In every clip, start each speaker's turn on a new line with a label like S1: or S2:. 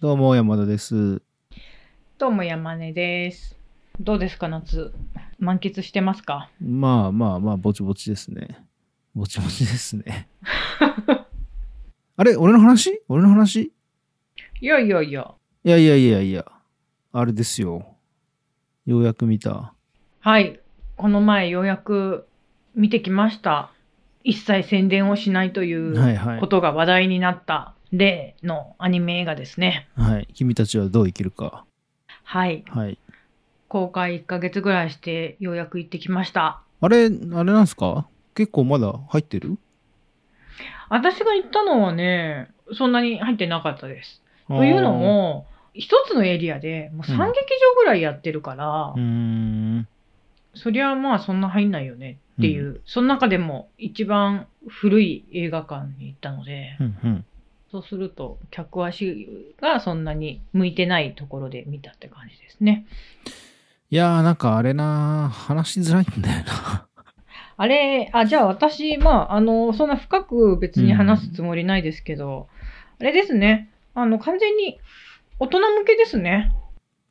S1: どうも、山田です。
S2: どうも山根です。どうですか夏満喫してますか
S1: まあまあまあ、ぼちぼちですね。ぼちぼちです ね。あれ俺の話俺の話い
S2: いやいやいや。
S1: やいやいやいや。あれですよ。ようやく見た。
S2: はい。この前ようやく見てきました。一切宣伝をしないという
S1: はいはい
S2: こ。とが話題になった例のアニメ映画ですね。
S1: はい。君たちはどう生きるか。
S2: はい。
S1: はい。
S2: 公開1ヶ月ぐらいしてようやく行ってきました。
S1: あれ、あれなんですか結構まだ入ってる
S2: 私が行ったのはね、そんなに入ってなかったです。
S1: と
S2: というの。も、一つのエリアでもう3劇場ぐらいやってるから、
S1: うーん。
S2: そりゃまあそんな入んないよねっていう、その中でも一番古い映画館に行ったので、
S1: うんうん。
S2: そうすると客足がそんなに向いてないところで見たって感じですね。
S1: いやー、なんかあれなー話しづらいんだよな。
S2: あれ、あ、じゃあ私、まあ、あの、そんな深く別に話すつもりないですけど、あれですね、あの、完全に大人向けですね。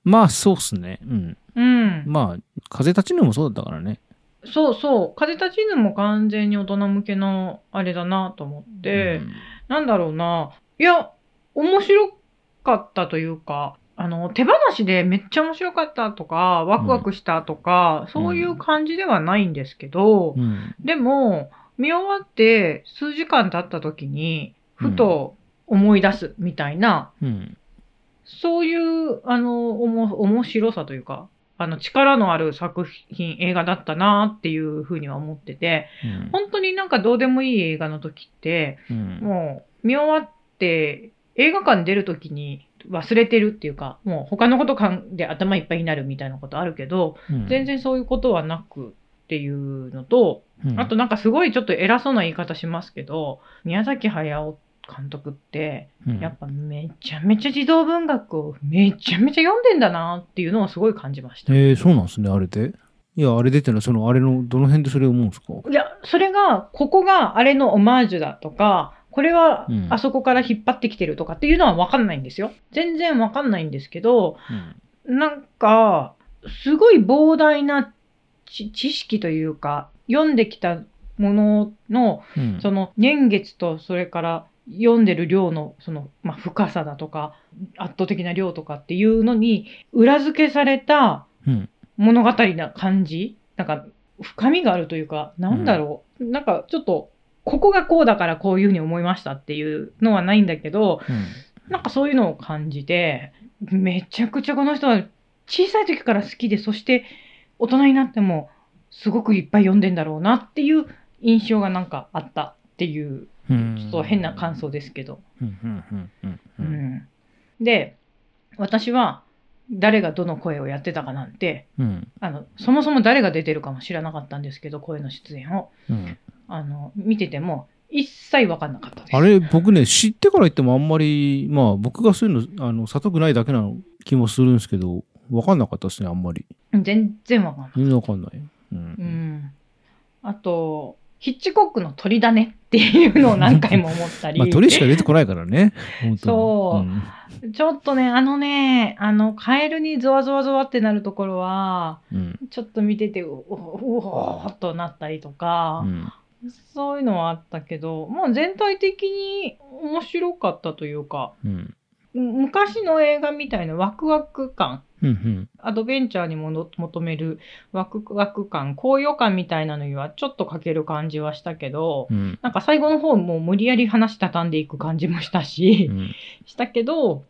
S1: まあ、そうっすね。うん。
S2: うん。
S1: まあ、風立ちぬもそうだったからね。
S2: そうそう、風立ちぬも完全に大人向けのあれだなと思って、
S1: うん
S2: なんだろうな。いや、面白かったというか、あの、手放しでめっちゃ面白かったとか、ワクワクしたとか、そういう感じではないんですけど、
S1: うん。
S2: でも、見終わって数時間経った時に、ふと思い出すみたいな、
S1: うん。
S2: そういう、あの、おも、面白さというか、あの、力のある作品、映画だったなっていうふうには思ってて、
S1: うん
S2: 本当になんかどうでもいい映画の時って、
S1: うん
S2: もう見終わって映画館出るときに忘れてるっていうかもう他のことかんで頭いっぱいになるみたいなことあるけど、全、然そういうことはなくっていうのと、
S1: うん
S2: あと、なんかすごいちょっと偉そうな言い方しますけど宮崎駿監督って
S1: うん
S2: やっぱめちゃめちゃ児童文学をめちゃめちゃ読んでんだなっていうのをすごい感じました。
S1: えー、そうなんですね、あれで。いや、あれでってのは、その、あれの、どの辺でそれ思うんですか
S2: いや、それが、ここがあれのオマージュだとか、これは
S1: うん
S2: あそこから引っ張ってきてるとかっていうのは分かんないんですよ。全然分かんないんですけど、なんか、すごい膨大な知知識というか、読んできたものの、
S1: うん
S2: その年月と、それから読んでる量の、その、まあ、深さだとか、圧倒的な量とかっていうのに、裏付けされた
S1: うん
S2: 物語な感じなんか深みがあるというかなんだろう、なんかちょっとここがこうだからこういうふうに思いましたっていうのはないんだけど
S1: うん
S2: なんかそういうのを感じてめちゃくちゃこの人は小さい時から好きでそして大人になってもすごくいっぱい読んでんだろうなっていう印象がなんかあったっていう
S1: うん
S2: ちょっと変な感。想ですけど。
S1: うんうんうんう
S2: うんんで私は誰がどの声をやってたかなんて
S1: うん
S2: あのそもそも誰が出てるかも知らなかったんですけど声の出演を
S1: うん
S2: あの見てても一切分かんなかったです
S1: あれ、僕ね、知ってから言ってもあんまり、まあ、僕がそういうの、あの、悟くないだけな気もするんですけど、わかんなかったですね、あんまり。
S2: 全然分かんない、
S1: 全然わかんない。う。
S2: うんん、あとヒッチコックの鳥だねっていうのを何回も思った り、
S1: まあ、鳥しか出てこないからね。本当に
S2: そう
S1: うん
S2: ちょっとねあのねあのカエルにゾワゾワゾワってなるところは
S1: うん。
S2: ちょっと見ててうおうおーっとなったりとか、
S1: うん
S2: そういうのはあったけどもう全体的に面白かったというか
S1: うん。
S2: 昔の映画みたいなワクワク感
S1: うんうん。
S2: アドベンチャーにもの求めるワクワク感高揚感みたいなのにはちょっと欠ける感じはしたけど
S1: うん。
S2: なんか最後の方もう無理やり話畳んでいく感じもしたし、
S1: うん
S2: したけど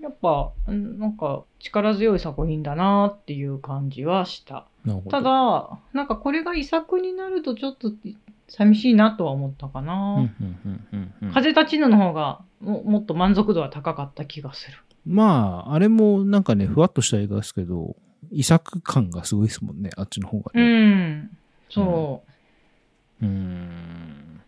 S2: やっぱうんなんか力強い作品だなっていう感じはした
S1: なるほど
S2: ただなんかこれが遺作になるとちょっと寂しいなとは思ったか
S1: う
S2: な、
S1: んうんうんうんうん
S2: 風立ちぬの方がももっと満足度は高かった気がする
S1: まあ、あれもなんかね、ふわっとした映画ですけど、遺作感がすごいですもんね、あっちの方が
S2: う
S1: ね。
S2: んそう、
S1: うーん。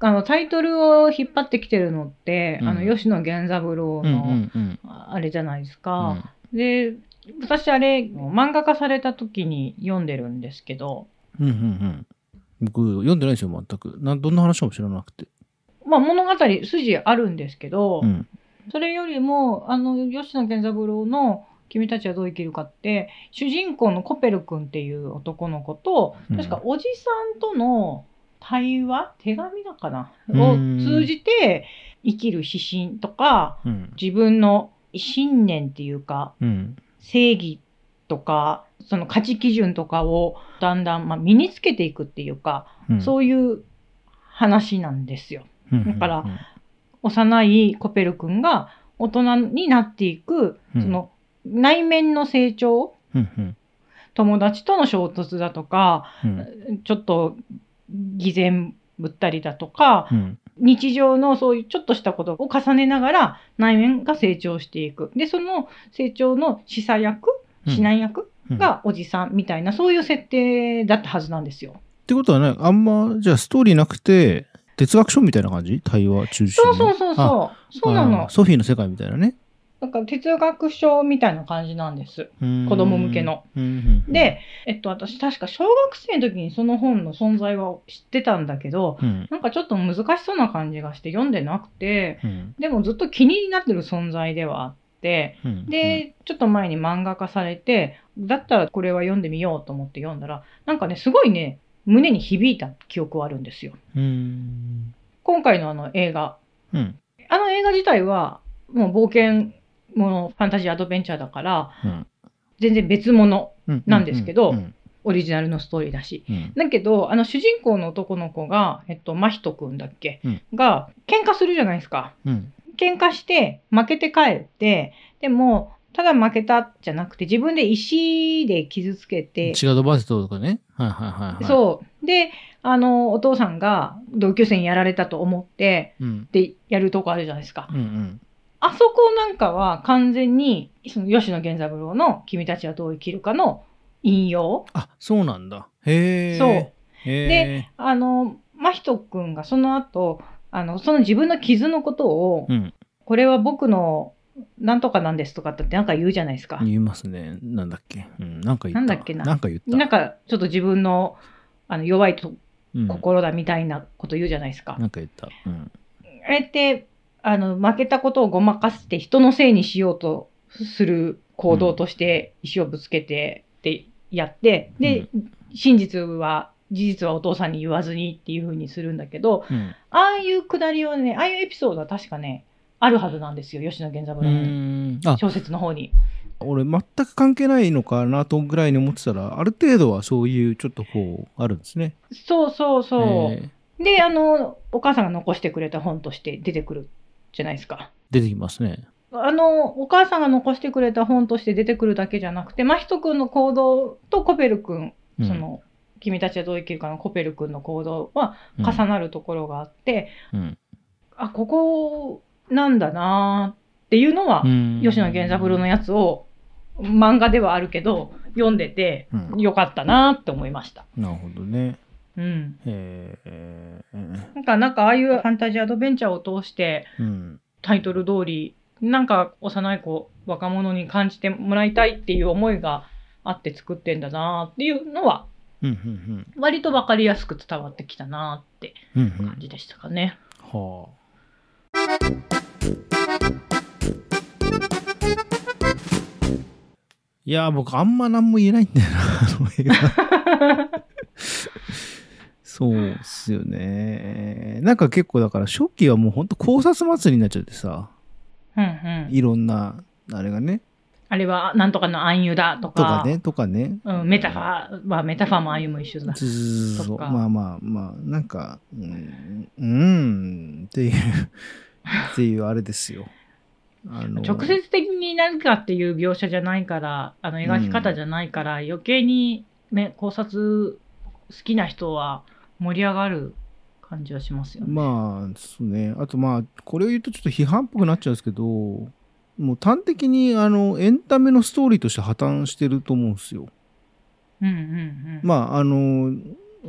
S2: あのタイトルを引っ張ってきてるのって、
S1: うん
S2: あの吉野源三郎
S1: うんう
S2: の、
S1: んうん。
S2: あれじゃないです
S1: う
S2: か。
S1: ん
S2: で私あれ漫画化された時に読んでるんですけど、
S1: うんうんうん。僕、読んでないですよ、全く。なんどんな話かも知らなくて。
S2: まあ、物語筋あるんですけど、
S1: うん。
S2: それよりもあの吉野源三郎の「君たちはどう生きるか」って主人公のコペル君っていう男の子と
S1: うん
S2: 確かおじさんとの対話手紙だかな
S1: う
S2: を
S1: ん
S2: 通じて生きる指針とか
S1: うん。
S2: 自分の信念っていうか
S1: うん。
S2: 正義とかその価値基準とかをだんだん、まあ、身につけていくっていうか、
S1: うん
S2: そういう話なんですよ。
S1: うん
S2: だから、幼いコペル君が大人になっていく、
S1: うん
S2: その内面の成長
S1: うんうん
S2: 友達との衝突だとか
S1: うん
S2: ちょっと偽善ぶったりだとか
S1: うん
S2: 日常のそういうちょっとしたことを重ねながら内面が成長していくでその成長の示唆役
S1: うん
S2: 指南役
S1: うんっ
S2: がおじさんみたいな、そういう設定だったはずなんですよ。
S1: てことはね、あんま、じゃあストーリーなくて、哲学書みたいな感じ対話中心
S2: そ
S1: の。
S2: うそうそう
S1: あ。
S2: そう。そうな
S1: あ
S2: の
S1: ー。ソフィーの世界みたいなね。
S2: なんか哲学書みたいな感じなんです。
S1: 子
S2: 子供向けの。
S1: うんうんうん、
S2: で、えっと、私確か小学生の時にその本の存在は知ってたんだけど、
S1: うん、
S2: なんかちょっと難しそうな感じがして読んでなくて、
S1: うん
S2: でもずっと気になってる存在ではあって、
S1: うん、
S2: で、ちょっと前に漫画化されて、だったらこれは読んでみようと思って読んだら、なんかね、すごいね、胸に響いた記憶はあるんですよ。
S1: うん、
S2: 今回のあの映画、
S1: うん、
S2: あの映画自体は、もう冒険もの、ファンタジーアドベンチャーだから、
S1: うん
S2: 全然別物、
S1: うん、
S2: なんですけど
S1: うん
S2: オリジナルのストーリーだし。
S1: うん
S2: だけど、あの主人公の男の子が、えっと、真人くんだっけ、
S1: うん
S2: が、喧嘩するじゃないですか。
S1: うん
S2: 喧嘩して、負けて帰って、でも、ただ負けたじゃなくて、自分で石で傷つけて、
S1: 違うドバーストとかね。はいはいはい、はい。
S2: そう。で、あの、お父さんが同級生にやられたと思って、
S1: う。うん、
S2: で、やるとこあるじゃないですか
S1: う。ん、うん。
S2: あそこなんかは完全に、その吉野源三郎の君たちはどう生きるかの引用。
S1: あ、そうなんだ。へえ。
S2: そう。
S1: へー
S2: で、あの、真人くんがその後、あの、その自分の傷のことを、
S1: うん、
S2: これは僕のなんとかなんですとかってなんか言うじゃないですか。
S1: 言いますね。なんだっけ。うん、なんか言った。
S2: なんだっけな
S1: なんか言った。
S2: なんかちょっと自分のあの弱いと
S1: うん、
S2: 心だみたいなこと言うじゃないですか。
S1: なんか言った。うん。
S2: あれって、あの、負けたことをごまかして人のせいにしようとする行動として石をぶつけてってやって、で、真実は、事実はお父さんに言わずにっていう風にするんだけど、
S1: うん
S2: ああいうくだりはね、ああいうエピソードは確かね、あるはずなんですよ、吉野源
S1: う
S2: 三郎の
S1: ん。あ、
S2: 小説の方に。
S1: 俺全く関係ないのかなとぐらいに思ってたら、ある程度はそういうちょっとこう、あるんですね。
S2: そうそうそう。
S1: へー
S2: で、あの、お母さんが残してくれた本として出てくるじゃないですか。
S1: 出てきますね。
S2: あの、お母さんが残してくれた本として出てくるだけじゃなくて、真人君の行動とコペル君、
S1: うん
S2: そ、の、君たちはどう生きるかのコペル君の行動は
S1: うん
S2: 重なるところがあって、
S1: うん
S2: あ、ここなんだなーっていうのは、
S1: うん
S2: 吉野源三郎のやつを、漫画ではあるけど、読んでて、
S1: うん
S2: よかったなーって思いました。
S1: なるほどね。
S2: うん。
S1: えー
S2: なんか、なんかああいうファンタジーアドベンチャーを通して、
S1: うん、
S2: タイトル通り、なんか幼い子、若者に感じてもらいたいっていう思いがあって作ってんだなっていうのは、
S1: うん、うん、
S2: 割とわかりやすく伝わってきたなって
S1: うん、うん、うん
S2: 感じでしたかね。
S1: はあ。いやー、僕、あんま何も言えないんだよな、 あの映画。そうっすよね。なんか結構、だから、初期はもう本当考察祭りになっちゃってさ、
S2: うんうん。
S1: いろんな、あれがね、
S2: あれはなんとかの暗喩だと
S1: と
S2: か、
S1: かね、とかね。
S2: うん、メタファーはメタファーも暗喩も一緒だ。
S1: ずーっと
S2: とか
S1: まあまあまあなんかうんうんっていうっていうあれですよあの
S2: 直接的に何かっていう描写じゃないから、あの描き方じゃないから、余計に、ね、考察好きな人は盛り上がる感じはしますよね。
S1: まあそうねあとまあこれを言うとちょっと批判っぽくなっちゃうんですけどもう端的にあのエンタメのストーリーとして破綻してると思うんですよ
S2: うんうんうん。
S1: まああの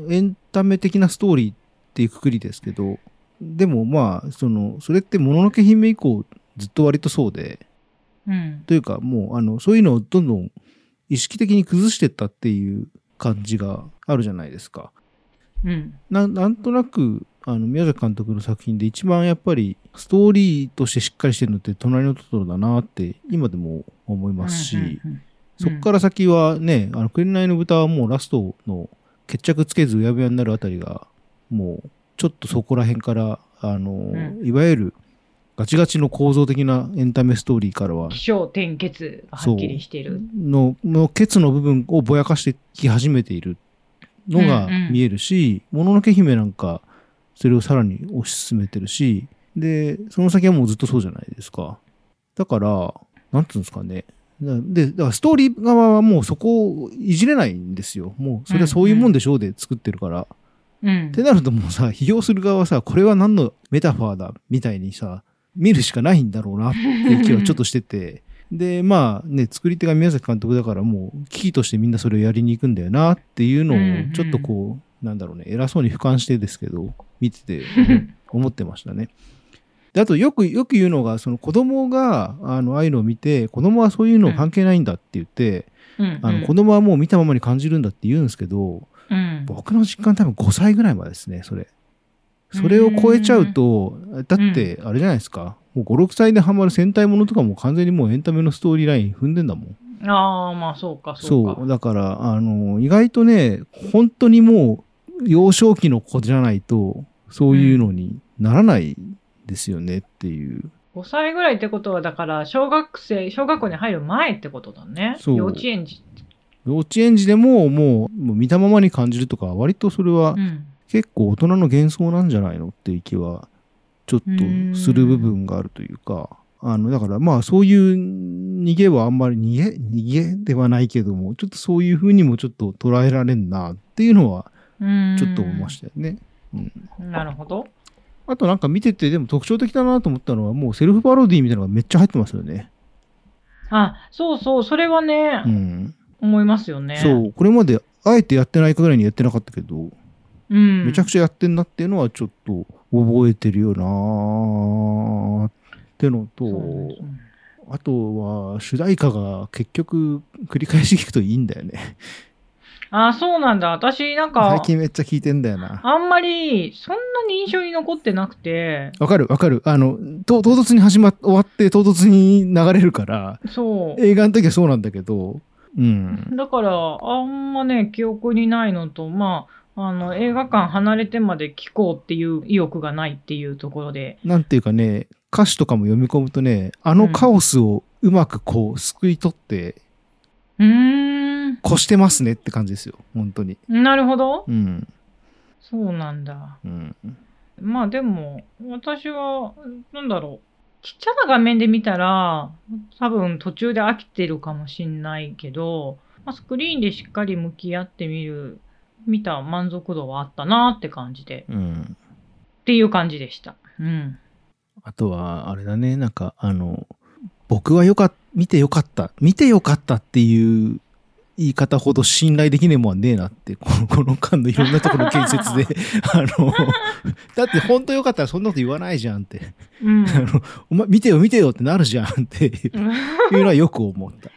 S1: エンタメ的なストーリーっていうくくりですけどでもまあそのそれって「もののけ姫」以降ずっと割とそうで
S2: うん
S1: というかもうあのそういうのをどんどん意識的に崩してったっていう感じがあるじゃないですか。
S2: うん
S1: ななんとなくあの宮崎監督の作品で一番やっぱりストーリーとしてしっかりしてるのって「隣のトトロ」だなって今でも思いますし、
S2: うんうん
S1: そっから先はね「あの紅の豚」はもうラストの決着つけずうやぶやになるあたりがもうちょっとそこら辺からあの、
S2: ん
S1: いわゆるガチガチの構造的なエンタメストーリーから
S2: う
S1: は
S2: ん起承転結がはっきりしている。
S1: ののケツの部分をぼやかしてき始めているのが
S2: うんうん
S1: 見えるし「もの、のけ姫」なんかそれをさらに推し進めてるしでその先はもうずっとそうじゃないですかだからなんつうんですかねなでだからストーリー側はもうそこをいじれないんですよもうそれはそういうもんでしょうで作ってるから、っ
S2: うん
S1: てなるともうさ批評する側はさこれは何のメタファーだみたいにさ見るしかないんだろうなって気はちょっとしてて。で、まあね、作り手が宮崎監督だからもう、危機としてみんなそれをやりに行くんだよなっていうの
S2: うんうん
S1: を、ちょっとこう、なんだろうね、偉そうに俯瞰してですけど、見てて 思ってましたね。で、あとよく、よく言うのが、その子供が、あの、ああいうのを見て、子供はそういうの関係ないんだって言って、
S2: うん
S1: あの、子供はもう見たままに感じるんだって言うんですけど、
S2: うん
S1: 僕の実感多分5歳ぐらいまでですね、それ。それを超えちゃうと、だって、あれじゃないですか。もう5、6歳でハマる戦隊ものとかも完全にもうエンタメのストーリーライン踏んでんだもん。
S2: ああ、まあそうか、
S1: そ
S2: そううか。
S1: だから、あの、意外とね、本当にもう、幼少期の子じゃないと、そういうのにならないですよねっていう。
S2: 5歳ぐらいってことは、だから、小学生、小学校に入る前ってことだね。
S1: そう
S2: 幼稚園児。
S1: 幼稚園児でも、もう、もう見たままに感じるとか、割とそれは
S2: うん。
S1: 結構大人の幻想なんじゃないのっていう気は、ちょっとする部分があるというか、あの、だからまあそういう逃げはあんまり逃げ、逃げではないけども、ちょっとそういう風にもちょっと捉えられんなっていうのは、
S2: うん
S1: ちょっと思いましたよね。うん
S2: なるほど。
S1: あとなんか見てて、でも特徴的だなと思ったのは、もうセルフパロディみたいなのがめっちゃ入ってますよね。
S2: あ、そうそう、それはね、
S1: うん。
S2: 思いますよね。
S1: そう、これまであえてやってないぐらいにやってなかったけど、
S2: う。ん。
S1: めちゃくちゃやってんなっていうのはちょっと覚えてるよなーってのと、
S2: そうなんですね
S1: あとは主題歌が結局繰り返し聞くといいんだよね。
S2: あ、そうなんだ。私、なんか
S1: 最、近めっちゃ聞いてんだよな。
S2: あんまり、そんなに印象に残ってなくて、
S1: わかるわかる。あの、と唐突に始まっ終わって唐突に流れるから、
S2: そう。
S1: 映画の時はそうなんだけど、うん。
S2: だから、あんまね、記憶にないのと、まあ、あの、映画館離れてまで聴こうっていう意欲がないっていうところで、
S1: なんていうかね、歌詞とかも読み込むとね、あのカオスをうまくこう、すくい取って、
S2: うーん、
S1: 越してますねって感じですよ。本当に。
S2: なるほど。
S1: うん。
S2: そうなんだ。
S1: うん。
S2: まあでも、私は、なんだろう。ちっちゃな画面で見たら、多分途中で飽きてるかもしんないけど、まあ、スクリーンでしっかり向き合ってみる、見た満足度はあったなって感じで、
S1: うん。
S2: っていう感じでした。うん。
S1: あとは、あれだね、なんか、あの、僕はよかっ見てよかった、見てよかったっていう言い方ほど信頼できねえもんはねえなって、こ の、この間のいろんなところの建設 で、あの、だって本当よかったらそんなこと言わないじゃんって、
S2: うん。
S1: あの、お前見てよ見てよってなるじゃんっていう
S2: うん
S1: いうのはよく思った。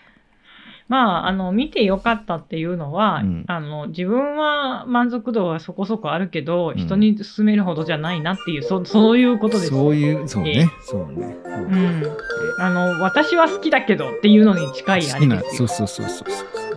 S2: まあ、あの、見てよかったっていうのは、
S1: うん
S2: あの、自分は満足度はそこそこあるけど、
S1: ん
S2: 人に勧めるほどじゃないなっていう、そ そういうことです。
S1: そういう、そうね、そうね。
S2: うん。あの、私は好きだけどっていうのに近いあ
S1: 好
S2: れ
S1: き
S2: で
S1: な、
S2: す
S1: そ
S2: よ
S1: う。そうそうそうそう。